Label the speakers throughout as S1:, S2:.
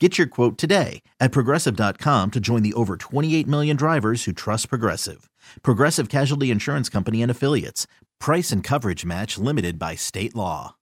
S1: Get your quote today at progressive.com to join the over 28 million drivers who trust Progressive. Progressive Casualty Insurance Company and Affiliates. Price and coverage match limited by state law.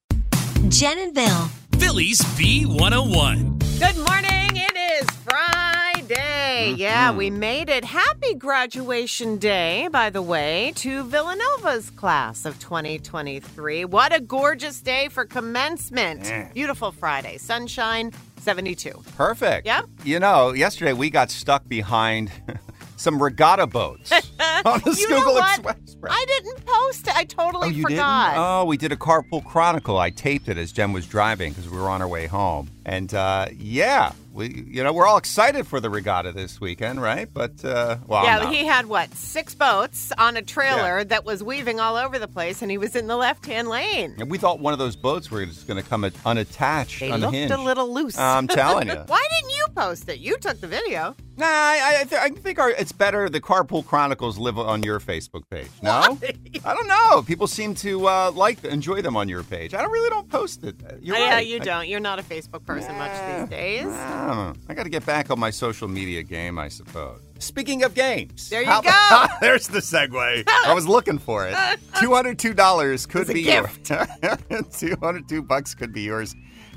S2: Jen and Bill.
S3: Phillies B101.
S4: Good morning. It is Friday.
S5: Mm-hmm.
S4: Yeah, we made it. Happy graduation day, by the way, to Villanova's class of 2023. What a gorgeous day for commencement. Beautiful Friday. Sunshine 72.
S5: Perfect.
S4: Yep.
S5: You know, yesterday we got stuck behind some regatta boats on the
S4: You know
S5: Schuylkill
S4: what?
S5: Express.
S4: I didn't post it. I totally
S5: Oh, you
S4: forgot.
S5: didn't? Oh, we did a carpool chronicle. I taped it as Jen was driving because we were on our way home. And uh, yeah, we you know we're all excited for the regatta this weekend, right? But uh, well,
S4: yeah,
S5: I'm not.
S4: he had what? Six boats on a trailer that was weaving all over the place, and he was in the left hand lane.
S5: And we thought one of those boats were just going to come at- unattached,
S4: They
S5: unhinged.
S4: looked a little loose.
S5: I'm telling you.
S4: Why didn't you post it? You took the video.
S5: Nah, I, I, th- I think our, it's better the Carpool Chronicles live on your Facebook page. No, I don't know. People seem to uh, like enjoy them on your page. I don't really don't post it. You're
S4: Yeah,
S5: right.
S4: uh, you
S5: I-
S4: don't. You're not a Facebook person much these days.
S5: I, don't know. Ah, I got to get back on my social media game, I suppose. Speaking of games,
S4: There you
S5: how-
S4: go.
S5: there's the segue. I was looking for it. Two hundred two dollars could be yours. Two hundred two bucks could be yours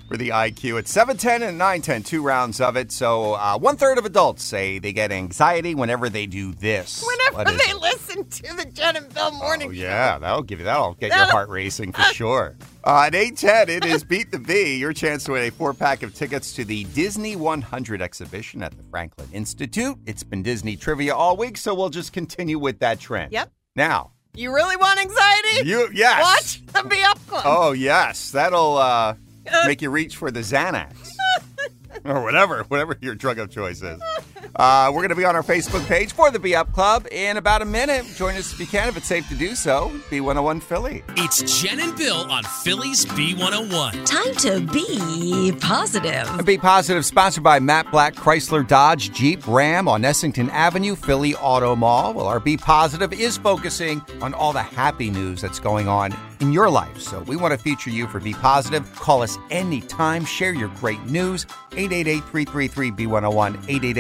S5: for the IQ. It's seven ten and nine ten. Two rounds of it. So uh, one third of adults say they get anxiety whenever they do this. What
S4: Whenever
S5: is
S4: they
S5: it?
S4: listen to the Jen and Bill morning
S5: Oh,
S4: show.
S5: yeah, that'll give you that'll get your heart racing for sure. Uh, at eight ten, it is Beat the Bee. Your chance to win a four pack of tickets to the Disney 100 exhibition at the Franklin Institute. It's been Disney trivia all week, so we'll just continue with that trend.
S4: Yep.
S5: Now,
S4: You really want anxiety?
S5: you yes.
S4: Watch the Be Up Club.
S5: Oh yes, that'll uh, make you reach for the Xanax or whatever, whatever your drug of choice is. Uh, we're going to be on our Facebook page for the Be Up Club in about a minute. Join us if you can, if it's safe to do so. B101 Philly.
S3: It's Jen and Bill on Phillies B101.
S2: Time to be positive.
S5: Be Positive, sponsored by Matt Black, Chrysler, Dodge, Jeep, Ram on Essington Avenue, Philly Auto Mall. Well, our Be Positive is focusing on all the happy news that's going on in your life. So we want to feature you for Be Positive. Call us anytime. Share your great news. 888-333-B101,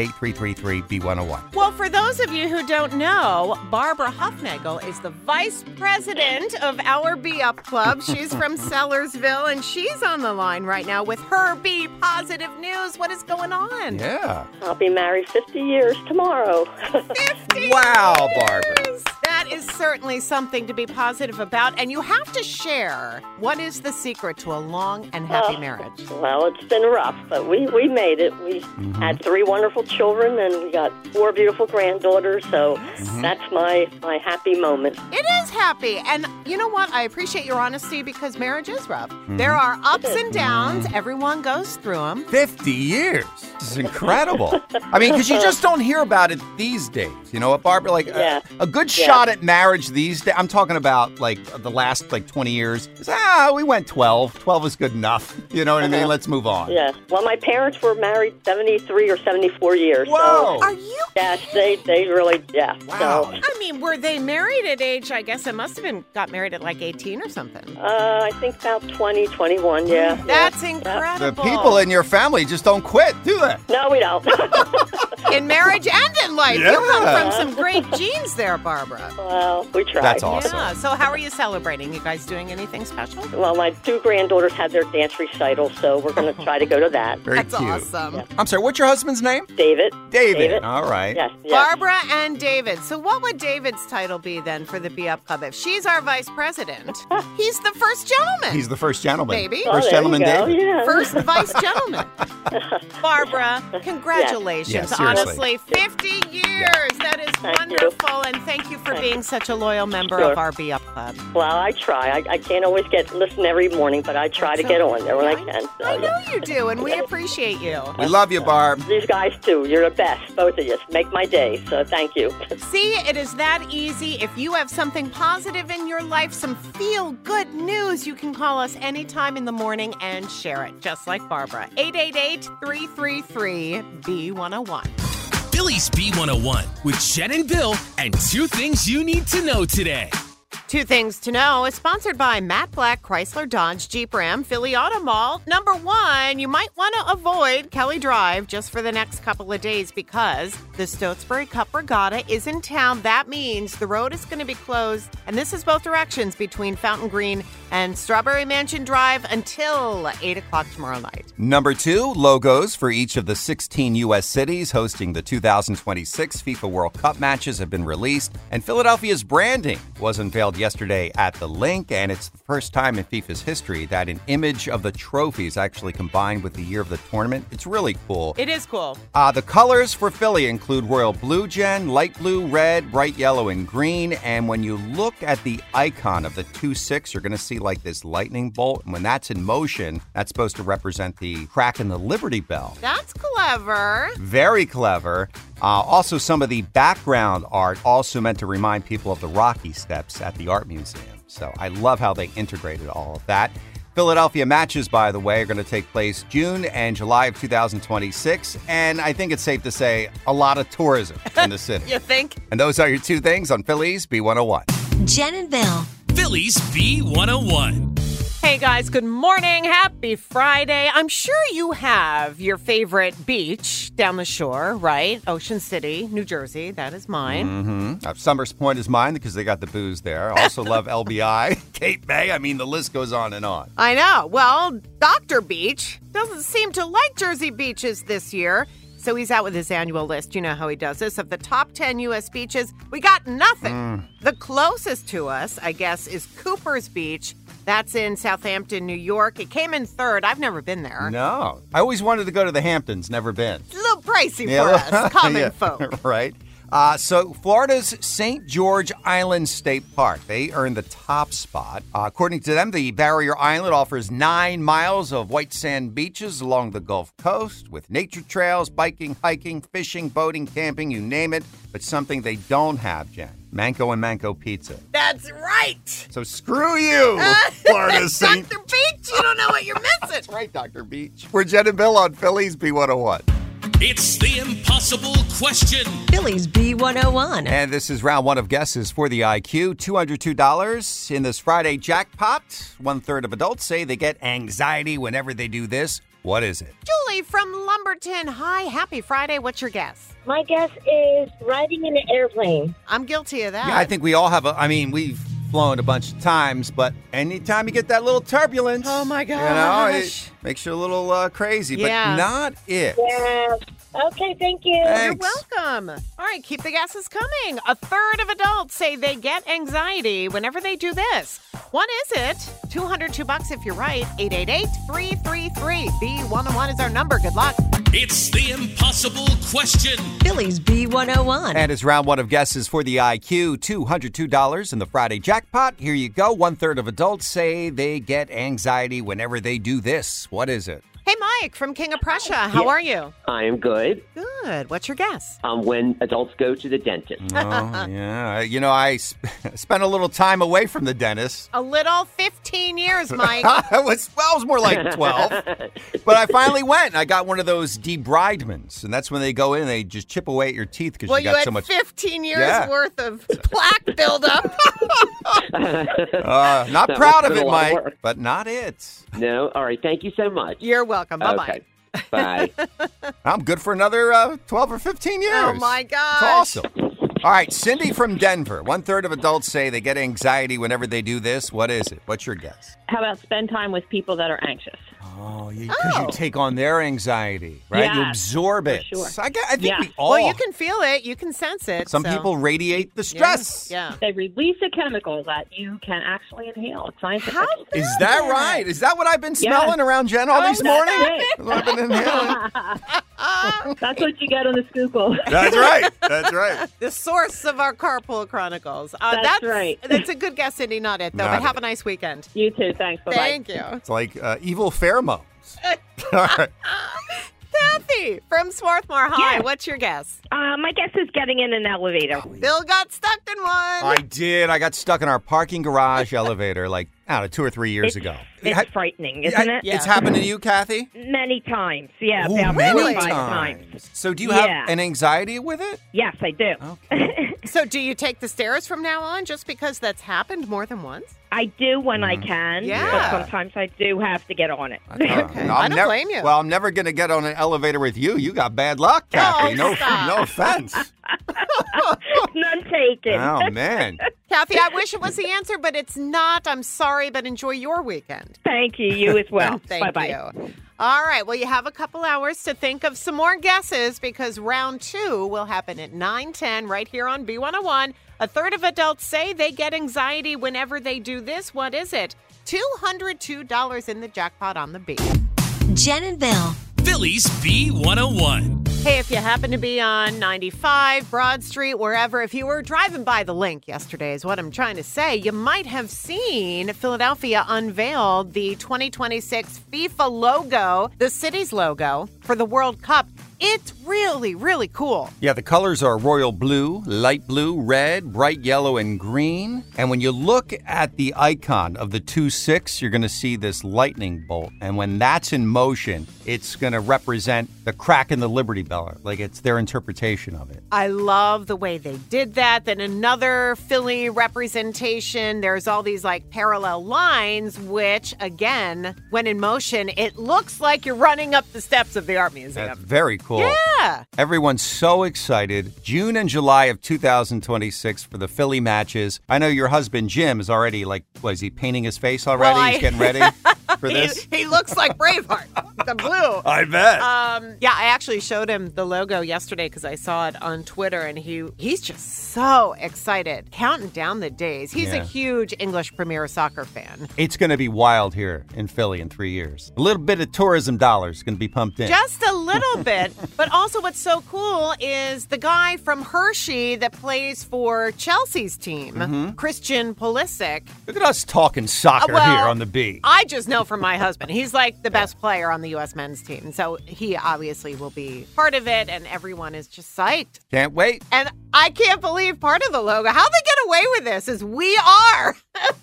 S5: 888-333-B101.
S4: Well, for those of you who don't know, Barbara Huffnagel is the vice president of our Be Up Club. She's from Sellersville, and she's on the line right now with her Be Positive News. What is going on?
S5: Yeah.
S6: I'll be married 50 years tomorrow.
S4: 50
S5: Wow, Barbara.
S4: years. That is certainly something to be positive about, and you have to share what is the secret to a long and happy
S6: Oh.
S4: marriage.
S6: well, it's been rough, but we, we made it. We
S5: Mm-hmm.
S6: had three wonderful children and we got four beautiful granddaughters, so that's my, my happy moment.
S4: It is happy. And you know what? I appreciate your honesty because marriage is rough.
S5: Mm-hmm.
S4: There are ups and downs, everyone goes through them.
S5: 50 years. This is incredible. I mean, because you just don't hear about it these days. You know what, Barbara? Like, a-
S6: Yeah.
S5: a, good
S6: Yeah.
S5: shot at marriage these days, I'm talking about like the last like 20 years. It's, ah, we went 12. 12 is good enough. You know what I mean? Let's move on.
S6: Uh-huh. Yeah. Well, my parents were married 73 or 74 years.
S5: Whoa.
S6: So,
S4: Are you?
S6: yes, they, they really, yeah.
S5: Wow.
S4: I mean, were they married at age? I guess it must have been got married at like 18 or something.
S6: So, uh, I think about 20, 21, yeah. yeah.
S4: That's
S6: Yeah.
S4: incredible.
S5: The people in your family just don't quit, do they?
S6: No, we don't.
S4: in marriage and in life. You
S5: Yeah.
S4: come from some great genes there, Barbara.
S6: Well, we tried.
S5: That's awesome.
S4: Yeah. So, how are you celebrating? You guys doing anything special?
S6: Well, my two granddaughters had their dance recital, so we're going to try to go to that.
S5: Very
S4: That's
S5: cute.
S4: awesome.
S5: I'm sorry, what's your husband's name?
S6: David.
S5: David. All right.
S6: Yes, yes.
S4: Barbara and David. So, what would David's title be then for the Be Up Club? If she's our vice president, he's the first gentleman.
S5: He's the first gentleman.
S4: Maybe.
S6: Oh,
S5: First
S6: there you
S5: gentleman,
S6: go.
S5: David.
S6: Yeah.
S4: first vice gentleman. Barbara, congratulations.
S5: Yeah, seriously.
S4: Honestly, 50 years. That is
S6: Thank you.
S4: wonderful. And thank you for being such a loyal member
S6: Sure.
S4: of our Be Up Club.
S6: Well, I try. I, I can't always get listen every morning, but I try to get on there when I can. So,
S4: I know
S6: yeah.
S4: you do, and we appreciate you.
S5: We love you, Barb.
S6: These guys too. You're the best, both of you. Make my day. So thank you.
S4: See, it is that easy. If you have something positive in your life, some feel good news, you can call us anytime in the morning and share it, just like Barbara. 888 333 B101.
S3: Phillies B101 with Jen and Bill and two things you need to know today.
S4: Two Things to Know is sponsored by Matt Black Chrysler Dodge Jeep Ram Philly Auto Mall. Number one, you might want to avoid Kelly Drive just for the next couple of days because the Stotesbury Cup Regatta is in town. That means the road is going to be closed, and this is both directions between Fountain Green and Strawberry Mansion Drive until 8 o'clock tomorrow night.
S5: Number two, logos for each of the 16 U.S. cities hosting the 2026 FIFA World Cup matches have been released, and Philadelphia's branding was unveiled yesterday at the link. And it's the first time in FIFA's history that an image of the trophy is actually combined with the year of the tournament. It's really cool.
S4: It is cool.
S5: Uh, the colors for Philly include royal blue, Jen, light blue, red, bright yellow, and green. And when you look at the icon of the 2 6, you're going to see like this lightning bolt. And when that's in motion, that's supposed to represent the crack in the Liberty Bell.
S4: That's clever.
S5: Very clever. Uh, also, some of the background art also meant to remind people of the Rocky Steps at the Art Museum. So I love how they integrated all of that. Philadelphia matches, by the way, are going to take place June and July of 2026. And I think it's safe to say a lot of tourism in the city.
S4: You think?
S5: And those are your two things on Phillies B101.
S2: Jen and Bill.
S3: Phillies B101.
S4: Hey guys, good morning. Happy Friday. I'm sure you have your favorite beach down the shore, right? Ocean City, New Jersey. That is mine.
S5: Uh, Summers Point is mine because they got the booze there. I also love LBI, Cape May. I mean, the list goes on and on.
S4: I know. Well, Dr. Beach doesn't seem to like Jersey beaches this year. So he's out with his annual list. You know how he does this. Of the top 10 U.S. beaches, we got nothing.
S5: Mm.
S4: The closest to us, I guess, is Cooper's Beach. That's in Southampton, New York. It came in third. I've never been there.
S5: No, I always wanted to go to the Hamptons. Never been.
S4: It's a little pricey for us, common
S5: Yeah,
S4: folk.
S5: Right. Uh, so, Florida's St. George Island State Park, they earned the top spot. Uh, according to them, the barrier island offers nine miles of white sand beaches along the Gulf Coast with nature trails, biking, hiking, fishing, boating, camping, you name it. But something they don't have, Jen Manco and Manco Pizza.
S4: That's right.
S5: So, screw you, Florida's St.
S4: Dr. Beach, you don't know what you're missing.
S5: Right, Dr. Beach. We're Jen and Bill on Phillies B101.
S3: It's the impossible question.
S2: Phillies B101.
S5: And this is round one of guesses for the IQ. $202 in this Friday jackpot. One third of adults say they get anxiety whenever they do this. What is it?
S4: Julie from Lumberton. Hi, happy Friday. What's your guess?
S7: My guess is riding in an airplane.
S4: I'm guilty of that.
S5: Yeah, I think we all have a, I mean, we've flown a bunch of times, but anytime you get that little turbulence.
S4: Oh, my
S5: You know, it
S4: gosh.
S5: makes you a little uh, crazy,
S4: Yeah.
S5: but not it.
S7: Yeah. Okay, thank you.
S5: Thanks.
S4: You're welcome. All right, keep the guesses coming. A third of adults say they get anxiety whenever they do this. What is it? 202 bucks if you're right. 888-333-B101 is our number. Good luck.
S3: It's the impossible question.
S2: Phillies B101.
S5: And it's round one of guesses for the IQ. $202 in the Friday jackpot. Here you go. One third of adults say they get anxiety whenever they do this. What is it?
S4: Hey, Mike from King of Prussia. How are you?
S8: I am good.
S4: Good. What's your guess?
S8: Um, when adults go to the dentist,
S5: oh, yeah. You know, I sp- spent a little time away from the dentist.
S4: A little 15 years, Mike.
S5: I was, well, I was more like 12. but I finally went and I got one of those debridements. And that's when they go in and they just chip away at your teeth because
S4: Well,
S5: you
S4: you,
S5: got
S4: had
S5: so much.
S4: 15 years
S5: Yeah.
S4: worth of plaque buildup.
S5: Uh, not
S8: That
S5: proud
S8: would've
S5: of
S8: been
S5: it,
S8: a lot of
S5: Mike,
S8: work.
S5: but not it.
S8: no. All right. Thank you so much.
S4: You're welcome. Bye bye.
S8: Okay. Bye.
S5: I'm good for another uh, 12 or 15 years.
S4: Oh, my
S5: It's
S4: gosh.
S5: awesome. All right, Cindy from Denver. One third of adults say they get anxiety whenever they do this. What is it? What's your guess?
S9: How about spend time with people that are anxious?
S5: Oh, because you take on their anxiety, right? you
S9: Yes,
S5: absorb it.
S9: sure.
S5: So I, gue- I think
S9: Yeah.
S5: we all.
S4: Well, you can feel it. You can sense it.
S5: Oh. some
S4: so-
S5: people radiate the
S4: Yeah,
S5: stress.
S4: Yeah.
S9: They release a chemical that you can actually inhale. It's scientific.
S4: How
S5: Is that right? Is that what I've been
S9: Yes.
S5: smelling around Jen all
S9: Oh,
S5: this
S9: that's
S5: morning?
S9: it.
S5: That's what I've been inhaling.
S4: Uh,
S9: That's what you get on the Schuylkill.
S5: That's right. That's right.
S4: The source of our carpool chronicles. Uh,
S9: That's right.
S4: That's a good guess, Cindy. Not it, though.
S5: Not
S4: but have
S5: it.
S4: a nice weekend.
S9: you too. Thanks. Bye-bye.
S4: Thank you.
S5: It's like uh, evil pheromones. all right.
S4: Kathy from Swarthmore High.
S10: Yes.
S4: What's your guess?
S10: Uh, my guess is getting in an elevator.
S5: Oh,
S4: Bill got stuck in one.
S5: I did. I got stuck in our parking garage elevator like, I don't know, two or three years
S10: It's-
S5: ago.
S10: It's
S5: Ha-
S10: frightening, isn't it?
S4: Yeah.
S5: It's happened to you, Kathy?
S10: Many times. Yeah,
S5: Ooh,
S10: about
S5: many
S10: 25
S5: times.
S10: times.
S5: So do you have
S10: Yeah.
S5: an anxiety with it?
S10: Yes, I do.
S4: so, do you take the stairs from now on just because that's happened more than once?
S10: I do when I
S5: Mm.
S10: can,
S4: Yeah.
S10: but sometimes I do have to get on it.
S5: Okay.
S4: I don't blame you.
S5: Well, Uh, I'm never going to get on an elevator with you. You got bad luck, Kathy. No,
S4: Oh, stop.
S5: no, offense.
S10: None taken.
S5: oh, man.
S4: Kathy, I wish it was the answer, but it's not. I'm sorry, but enjoy your weekend.
S10: Thank you. You as well.
S4: Thank
S10: Bye-bye.
S4: you. All right. Well, you have a couple hours to think of some more guesses because round two will happen at 9:10 right here on B101. A third of adults say they get anxiety whenever they do this. What is it? $202 in the jackpot on the beat.
S2: Jen and Bill.
S3: Phillies B101.
S4: Hey, if you happen to be on 95, Broad Street, wherever, if you were driving by the link yesterday, is what I'm trying to say, you might have seen Philadelphia unveil the 2026 FIFA logo, the city's logo for the World Cup. It's really, really cool.
S5: Yeah, the colors are royal blue, light blue, red, bright yellow, and green. And when you look at the icon of the 2 6, you're going to see this lightning bolt. And when that's in motion, it's going to represent the crack in the Liberty Bell. Like it's their interpretation of it.
S4: I love the way they did that. Then another Philly representation. There's all these like parallel lines, which again, when in motion, it looks like you're running up the steps of the art museum.
S5: That's very cool.
S4: Yeah.
S5: Everyone's so excited. June and July of 2026 for the Philly matches. I know your husband Jim is already like, what is he painting his face already?
S4: Well,
S5: He's
S4: I-
S5: getting ready for this.
S4: He, he looks like Braveheart, the blue.
S5: I bet.
S4: Um, yeah, I actually showed him the logo yesterday because I saw it on Twitter, and he he's just so excited, counting down the days. He's
S5: Yeah.
S4: a huge English Premier Soccer fan.
S5: It's going to be wild here in Philly in three years. A little bit of tourism dollars going to be pumped in.
S4: Just a little bit, but also what's so cool is the guy from Hershey that plays for Chelsea's team,
S5: Mm-hmm.
S4: Christian Pulisic.
S5: Look at us talking soccer
S4: well, uh,
S5: here on the B.
S4: I just know from my husband. He's like the best player on the U.S. men's team. So he obviously will be part of it, and everyone is just psyched.
S5: Can't wait.
S4: And I can't believe part of the logo. How they get away with this is we are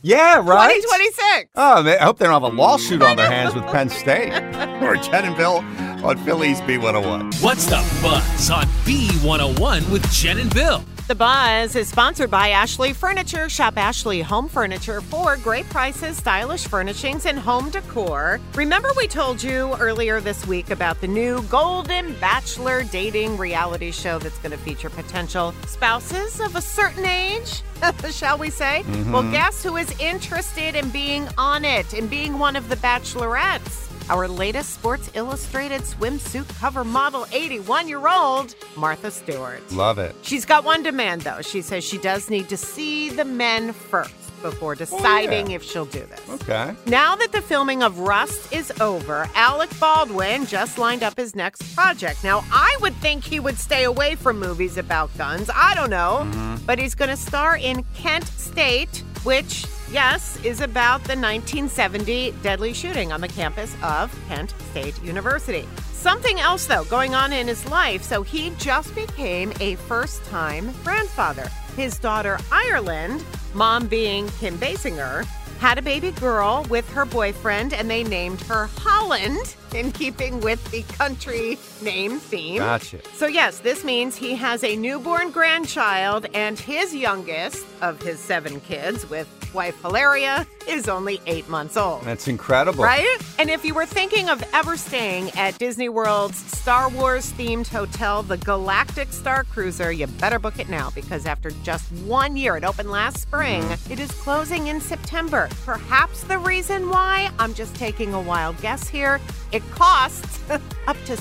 S5: Yeah, right?
S4: 2026.
S5: Oh, man, I hope they don't have a lawsuit on their hands with Penn State or Chattanville on Philly's B101.
S3: What's the buzz on B101 with Jen and Bill?
S4: The Buzz is sponsored by Ashley Furniture. Shop Ashley Home Furniture for great prices, stylish furnishings, and home decor. Remember, we told you earlier this week about the new Golden Bachelor dating reality show that's going to feature potential spouses of a certain age, shall we say? Well, guess who is interested in being on it and being one of the bachelorettes? Our latest Sports Illustrated swimsuit cover model, 81 year old Martha Stewart.
S5: Love it.
S4: She's got one demand, though. She says she does need to see the men first before deciding if she'll do this.
S5: Oh, Okay.
S4: Now that the filming of Rust is over, Alec Baldwin just lined up his next project. Now, I would think he would stay away from movies about guns. I don't know. But he's going to star in Kent State, which, yes, is about the 1970 deadly shooting on the campus of Kent State University. Something else, though, going on in his life. So he just became a first time grandfather. His daughter, Ireland, mom being Kim Basinger, had a baby girl with her boyfriend and they named her Holland in keeping with the country name theme.
S5: Gotcha.
S4: So, yes, this means he has a newborn grandchild and his youngest of his seven kids with wife Hilaria is only eight months old.
S5: That's incredible.
S4: Right? And if you were thinking of ever staying at Disney World's Star Wars themed hotel, the Galactic Star Cruiser, you better book it now because after just one year, it opened last spring, it is closing in September. Perhaps the reason why, I'm just taking a wild guess here, it costs up to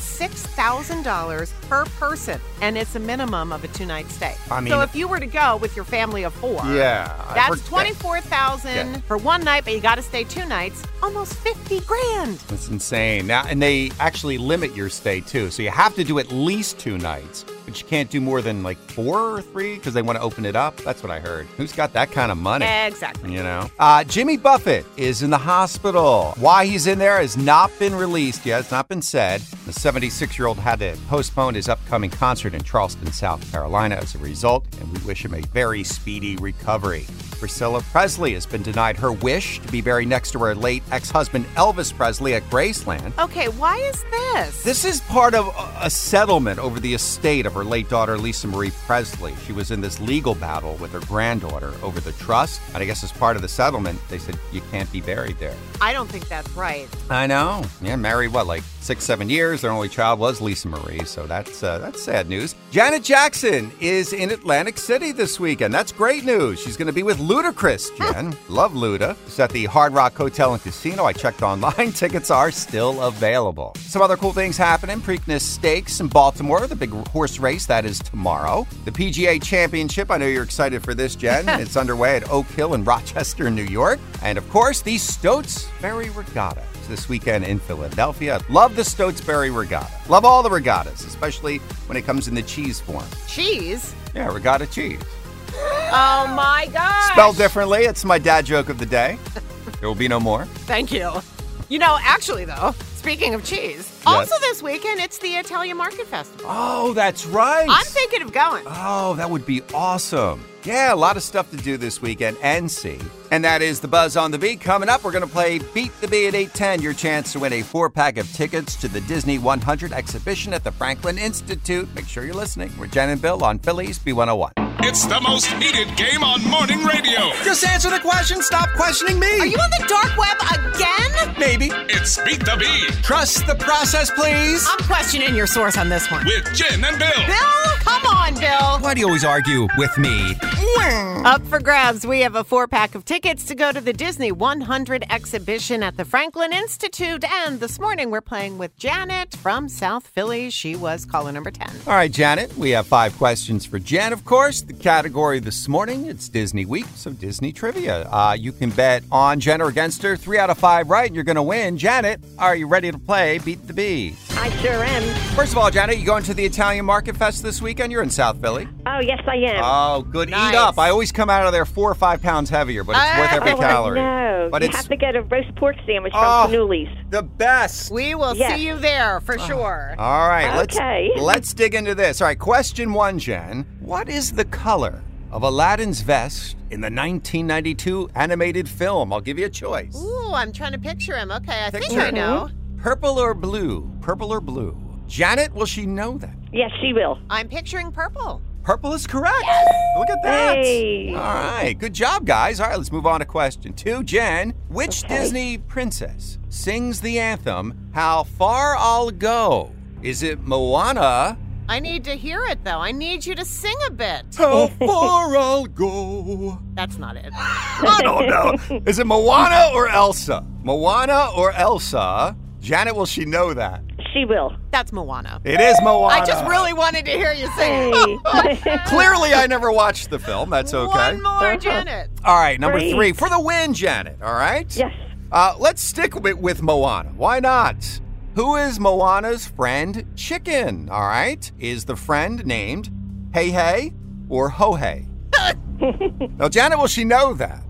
S4: $6,000 per person, and it's a minimum of a two night stay.
S5: I mean-
S4: so if you were to go with your family of four,
S5: Yeah, I've heard
S4: that's
S5: that.
S4: 24000
S5: Yeah.
S4: for one night, but you got to stay two nights, almost 50 grand.
S5: That's insane. Now, and they actually limit your stay too. So you have to do at least two nights, but you can't do more than like four or three because they want to open it up. That's what I heard. Who's got that kind of money?
S4: Exactly.
S5: You know, uh, Jimmy Buffett is in the hospital. Why he's in there has not been released yet. It's not been said. The 76 year old had to postpone his upcoming concert in Charleston, South Carolina as a result, and we wish him a very speedy recovery. Priscilla Presley has been denied her wish to be buried next to her late ex husband Elvis Presley at Graceland.
S4: Okay, why is this?
S5: This is part of a- a settlement over the estate of her late daughter, Lisa Marie Presley. She was in this legal battle with her granddaughter over the trust. And I guess as part of the settlement, they said, you can't be buried there.
S4: I don't think that's right.
S5: I know. Yeah, married what, like six, seven years. Their only child was Lisa Marie, so that's uh, that's sad news. Janet Jackson is in Atlantic City this weekend. That's great news. She's going to be with Ludacris. Jen, love Luda. It's at the Hard Rock Hotel and Casino. I checked online. Tickets are still available. Some other cool things happening: Preakness Stakes in Baltimore, the big horse race that is tomorrow. The PGA Championship. I know you're excited for this, Jen. it's underway at Oak Hill in Rochester, New York, and of course the Stoats Ferry Regatta regattas this weekend in Philadelphia. Love the Stotesbury Regatta. Love all the regattas, especially when it comes in the cheese form.
S4: Cheese?
S5: Yeah, regatta cheese.
S4: Oh my God.
S5: Spelled differently, it's my dad joke of the day. There will be no more.
S4: Thank you. You know, actually, though, speaking of cheese,
S5: Yeah.
S4: also this weekend, it's the Italian Market Festival.
S5: Oh, that's right.
S4: I'm thinking of going.
S5: Oh, that would be awesome. Yeah, a lot of stuff to do this weekend and see. And that is the Buzz on the Beat. Coming up, we're going to play Beat the Bee at 810. Your chance to win a four pack of tickets to the Disney 100 exhibition at the Franklin Institute. Make sure you're listening. We're Jen and Bill on Phillies B101.
S11: It's the most heated game on morning radio.
S5: Just answer the question. Stop questioning me. Are you
S4: on the dark web again?
S5: Maybe.
S11: It's Beat the Bee
S5: Trust the process, please.
S4: I'm questioning your source on this one.
S11: with Jen and Bill.
S4: Bill, come on, Bill.
S5: Why do you always argue with me?
S4: Up for grabs, we have a four pack of tickets to go to the Disney 100 exhibition at the Franklin Institute. And this morning, we're playing with Janet from South Philly. She was caller number 10.
S5: All right, Janet, we have five questions for Jen, of course. The category this morning, it's Disney Week, so Disney trivia. Uh, you can bet on Jen or against her. Three out of five right, and you're going to win. Janet, are you ready to play Beat the Bee?
S10: I sure am.
S5: First of all, Janet, you going to the Italian Market Fest this weekend? You're in South Philly.
S10: Oh, yes, I am.
S5: Oh, good.
S4: Nice. Ah.
S5: Eat up. I always come out of there four or five pounds heavier, but it's worth every
S10: oh,
S5: calorie.
S10: I know.
S5: But
S10: you
S5: it's
S10: have to get a roast pork sandwich
S5: Oh.
S10: from Panouli's.
S5: the best.
S4: We will
S10: Yes.
S4: see you there for sure.
S5: All right, let's
S10: Okay.
S5: let's dig into this. All right, question one, Jen. What is the color of Aladdin's vest in the 1992 animated film? I'll give you a choice:
S4: Ooh, I'm trying to picture him. Okay, I think
S5: Picture
S4: I
S5: him.
S4: know.
S5: purple or blue. Purple or blue. Janet, will she know that?
S10: Yes, she will.
S4: I'm picturing purple.
S5: Purple is correct. Look at that.
S10: Hey.
S5: All right, good job, guys. All right, let's move on to question two, Jen. Which
S10: Okay.
S5: Disney princess sings the anthem "How Far I'll Go"? Is it Moana?
S4: I need to hear it though. I need you to sing a bit.
S5: How far I'll go.
S4: That's not it.
S5: I don't know. Is it Moana or Elsa? Moana or Elsa? Janet, will she know that?
S10: She will.
S4: That's Moana.
S5: It is Moana.
S4: I just really wanted to hear you sing.
S10: Hey.
S5: Clearly, I never watched the film. That's okay.
S4: One more, Janet.
S5: All right, number
S10: Three.
S5: three for the win, Janet. All right.
S10: yes.
S5: Uh, let's stick with, with Moana. Why not? Who is Moana's friend, Chicken? All right. Is the friend named Hey Hey or Ho Hey? now, Janet, will she know that?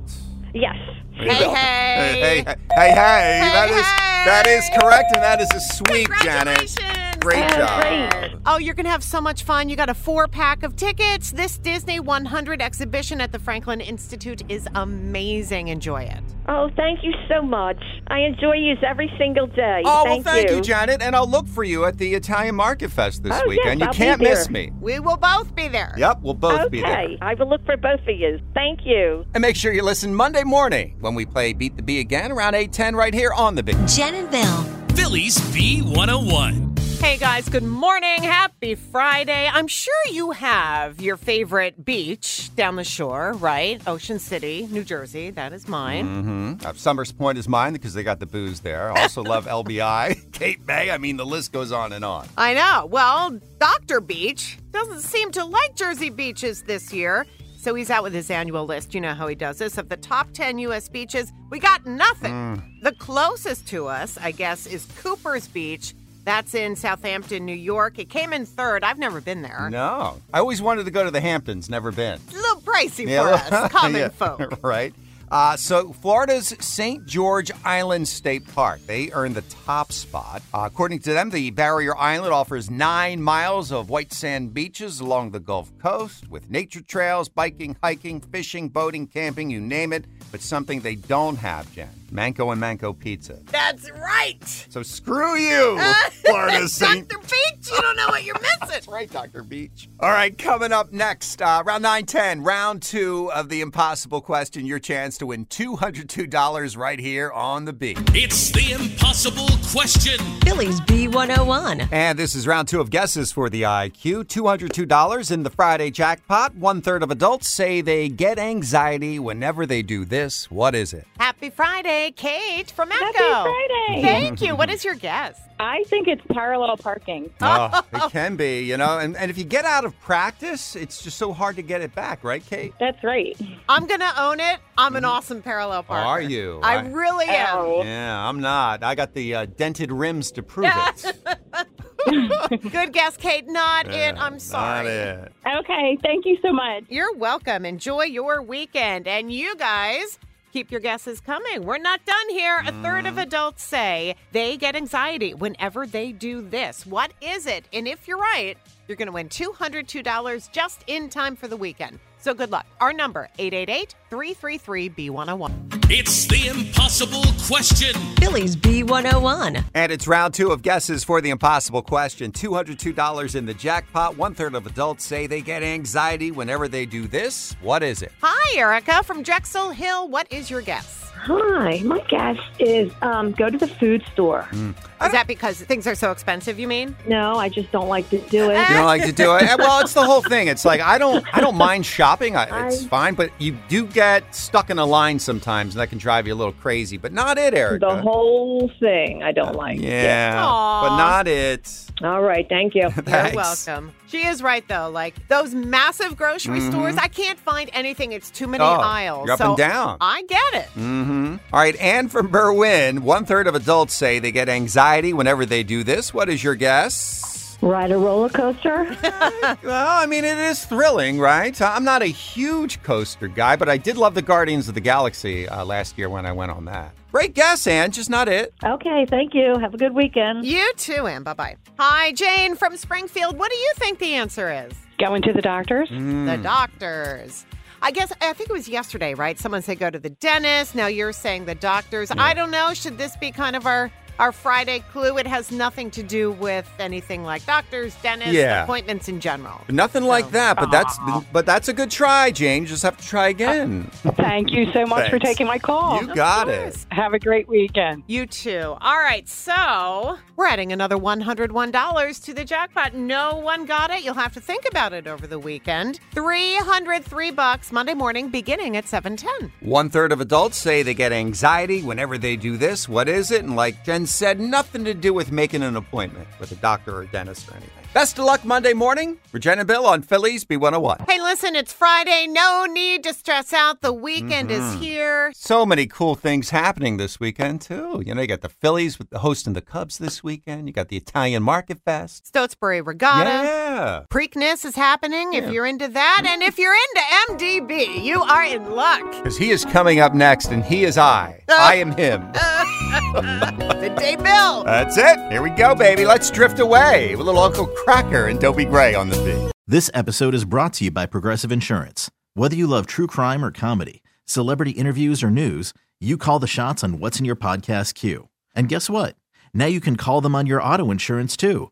S10: Yes.
S4: Hey, hey.
S5: hey, hey, hey, hey. That is
S4: hey.
S5: that is correct, and that is a sweep, Janet.
S4: Congratulations.
S5: Great job.
S4: Oh, you're going to have so much fun. You got a four pack of tickets. This Disney 100 exhibition at the Franklin Institute is amazing. Enjoy it.
S10: Oh, thank you so much. I enjoy you every single day.
S5: Oh,
S10: thank
S5: well, thank you.
S10: you
S5: Janet. And I'll look for you at the Italian Market Fest this
S10: Oh, yes,
S5: weekend. you
S10: I'll be
S5: can't miss
S10: here.
S5: me.
S4: We will both be there.
S5: Yep, we'll both be there.
S10: Okay, I will look for both of you. Thank you.
S5: And make sure you listen Monday morning when we play Beat the Bee again around 8:10 right here on the Big.
S2: Jen and Bill.
S3: Phillies B101.
S4: Hey guys, good morning. Happy Friday. I'm sure you have your favorite beach down the shore, right? Ocean City, New Jersey. That is mine.
S5: hmm
S4: Mm-hmm.
S5: Uh, Summers Point is mine because they got the booze there. I also love LBI, Cape May. I mean, the list goes on and on.
S4: I know. Well, Dr. Beach doesn't seem to like Jersey beaches this year. So he's out with his annual list. You know how he does this. Of the top 10 U.S. beaches, we got nothing.
S5: Mm.
S4: The closest to us, I guess, is Cooper's Beach. That's in Southampton, New York. It came in third. I've never been there.
S5: No, I always wanted to go to the Hamptons. Never been.
S4: It's a little pricey for
S5: Yeah.
S4: us, common
S5: Yeah,
S4: folk.
S5: right? Uh, so, Florida's St. George Island State Park, they earned the top spot. Uh, according to them, the barrier island offers nine miles of white sand beaches along the Gulf Coast with nature trails, biking, hiking, fishing, boating, camping, you name it. But something they don't have, Jen Manco and Manco Pizza.
S4: That's right.
S5: So, screw you, Florida St.
S4: Dr. Beach, you don't know what you're missing. That's
S5: right, Dr. Beach. All right, coming up next, uh, round 910, round two of the impossible question. Your chance to win $202 right here on the beat.
S3: It's the impossible question.
S2: Phillies B101.
S5: And this is round two of guesses for the IQ. $202 in the Friday jackpot. One third of adults say they get anxiety whenever they do this. What is it?
S4: Happy Friday, Kate from Echo.
S12: Happy Friday.
S4: Thank you. What is your guess?
S12: I think it's parallel parking.
S5: Oh, it can be, you know, and, and if you get out of practice, it's just so hard to get it back, right, Kate?
S12: That's right.
S4: I'm going to own it. I'm an awesome parallel partner.
S5: Mm-hmm. Are you?
S4: I
S5: I-
S4: really am.
S5: Yeah, I'm not. I got the uh, dented rims to prove it.
S4: Good guess, Kate. Not it.
S5: Yeah,
S4: I'm sorry.
S5: Not it.
S12: Okay, thank you so much.
S4: You're welcome. Enjoy your weekend. And you guys, keep your guesses coming. We're not done here. A third
S5: Mm-hmm.
S4: of adults say they get anxiety whenever they do this. What is it? And if you're right, you're going to win $202 just in time for the weekend. So good luck. Our number 888-333-B101.
S3: It's the impossible question.
S2: Phillies B101.
S5: And it's round two of guesses for the impossible question. $202 in the jackpot. One third of adults say they get anxiety whenever they do this. What is it?
S4: Hi, Erica from Drexel Hill. What is your guess?
S12: Hi, my guess is um, go to the food store.
S5: Hmm.
S4: Is that because things are so expensive, you mean?
S12: No, I just don't like to do it.
S5: You don't like to do it. Eh, Well, it's the whole thing. It's like I don't, I don't mind shopping. I, it's
S12: I-
S5: fine, but you do get stuck in a line sometimes, and that can drive you a little crazy. But not it, Erica.
S12: The whole thing I don't like.
S5: yeah,
S4: Aw.
S5: but not it.
S12: All right, thank you.
S5: Thanks.
S4: You're welcome. She is right though. Like those massive grocery
S5: Mhm.
S4: stores, I can't find anything. It's too many
S5: Oh,
S4: aisles.
S5: you're up
S4: so
S5: and down.
S4: I get it.
S5: Mm-hmm. All right, Anne from Berwyn. One third of adults say they get anxiety whenever they do this. What is your guess?
S12: Ride a roller coaster?
S5: Well, I mean, it is thrilling, right? I'm not a huge coaster guy, but I did love the Guardians of the Galaxy uh, last year when I went on that. Great guess, Anne. Just not it.
S12: okay, thank you. Have a good weekend.
S4: You too, Em. Bye bye. Hi, Jane from Springfield. What do you think the answer is?
S12: Going to the doctor's?
S5: Mm-hmm.
S4: The
S5: Mm.
S4: doctors. I guess I think it was yesterday, right? Someone said go to the dentist. Now you're saying the doctors. I don't know. Should this be kind of our our Friday clue? It has nothing to do with anything like doctors, dentists,
S5: Yeah.
S4: appointments in general.
S5: Nothing like that, but that's but that's a good try, Jane. You Just have to try again.
S12: Thank you so much for
S5: Thanks.
S12: taking my call.
S5: You got it.
S12: Have a great weekend.
S4: You too. All right, so we're adding another $101 to the jackpot. No one got it. You'll have to think about it over the weekend. 303 bucks Monday morning beginning at 7:10.
S5: One third of adults say they get anxiety whenever they do this. What is it? And like Jen said, nothing to do with making an appointment with a doctor or dentist or anything. Best of luck Monday morning. We're Jen and Bill on Phillies B101.
S4: Hey, listen, it's Friday. No need to stress out. The weekend
S5: Mhm.
S4: is here.
S5: So many cool things happening this weekend, too. You know, you got the Phillies with hosting the Cubs this weekend. You got the Italian Market Fest.
S4: Stotesbury Regatta.
S5: Yeah, Yeah.
S4: Preakness is happening if you're into that. And if you're into MDB, you are in luck.
S5: Because he is coming up next, and he is I. I am him.
S4: Midday Bill.
S5: That's it. Here we go, baby. Let's drift away with little Uncle Cracker and Dopey Gray on the beat.
S1: This episode is brought to you by Progressive Insurance. Whether you love true crime or comedy, celebrity interviews or news, you call the shots on what's in your podcast queue. And guess what? Now you can call them on your auto insurance too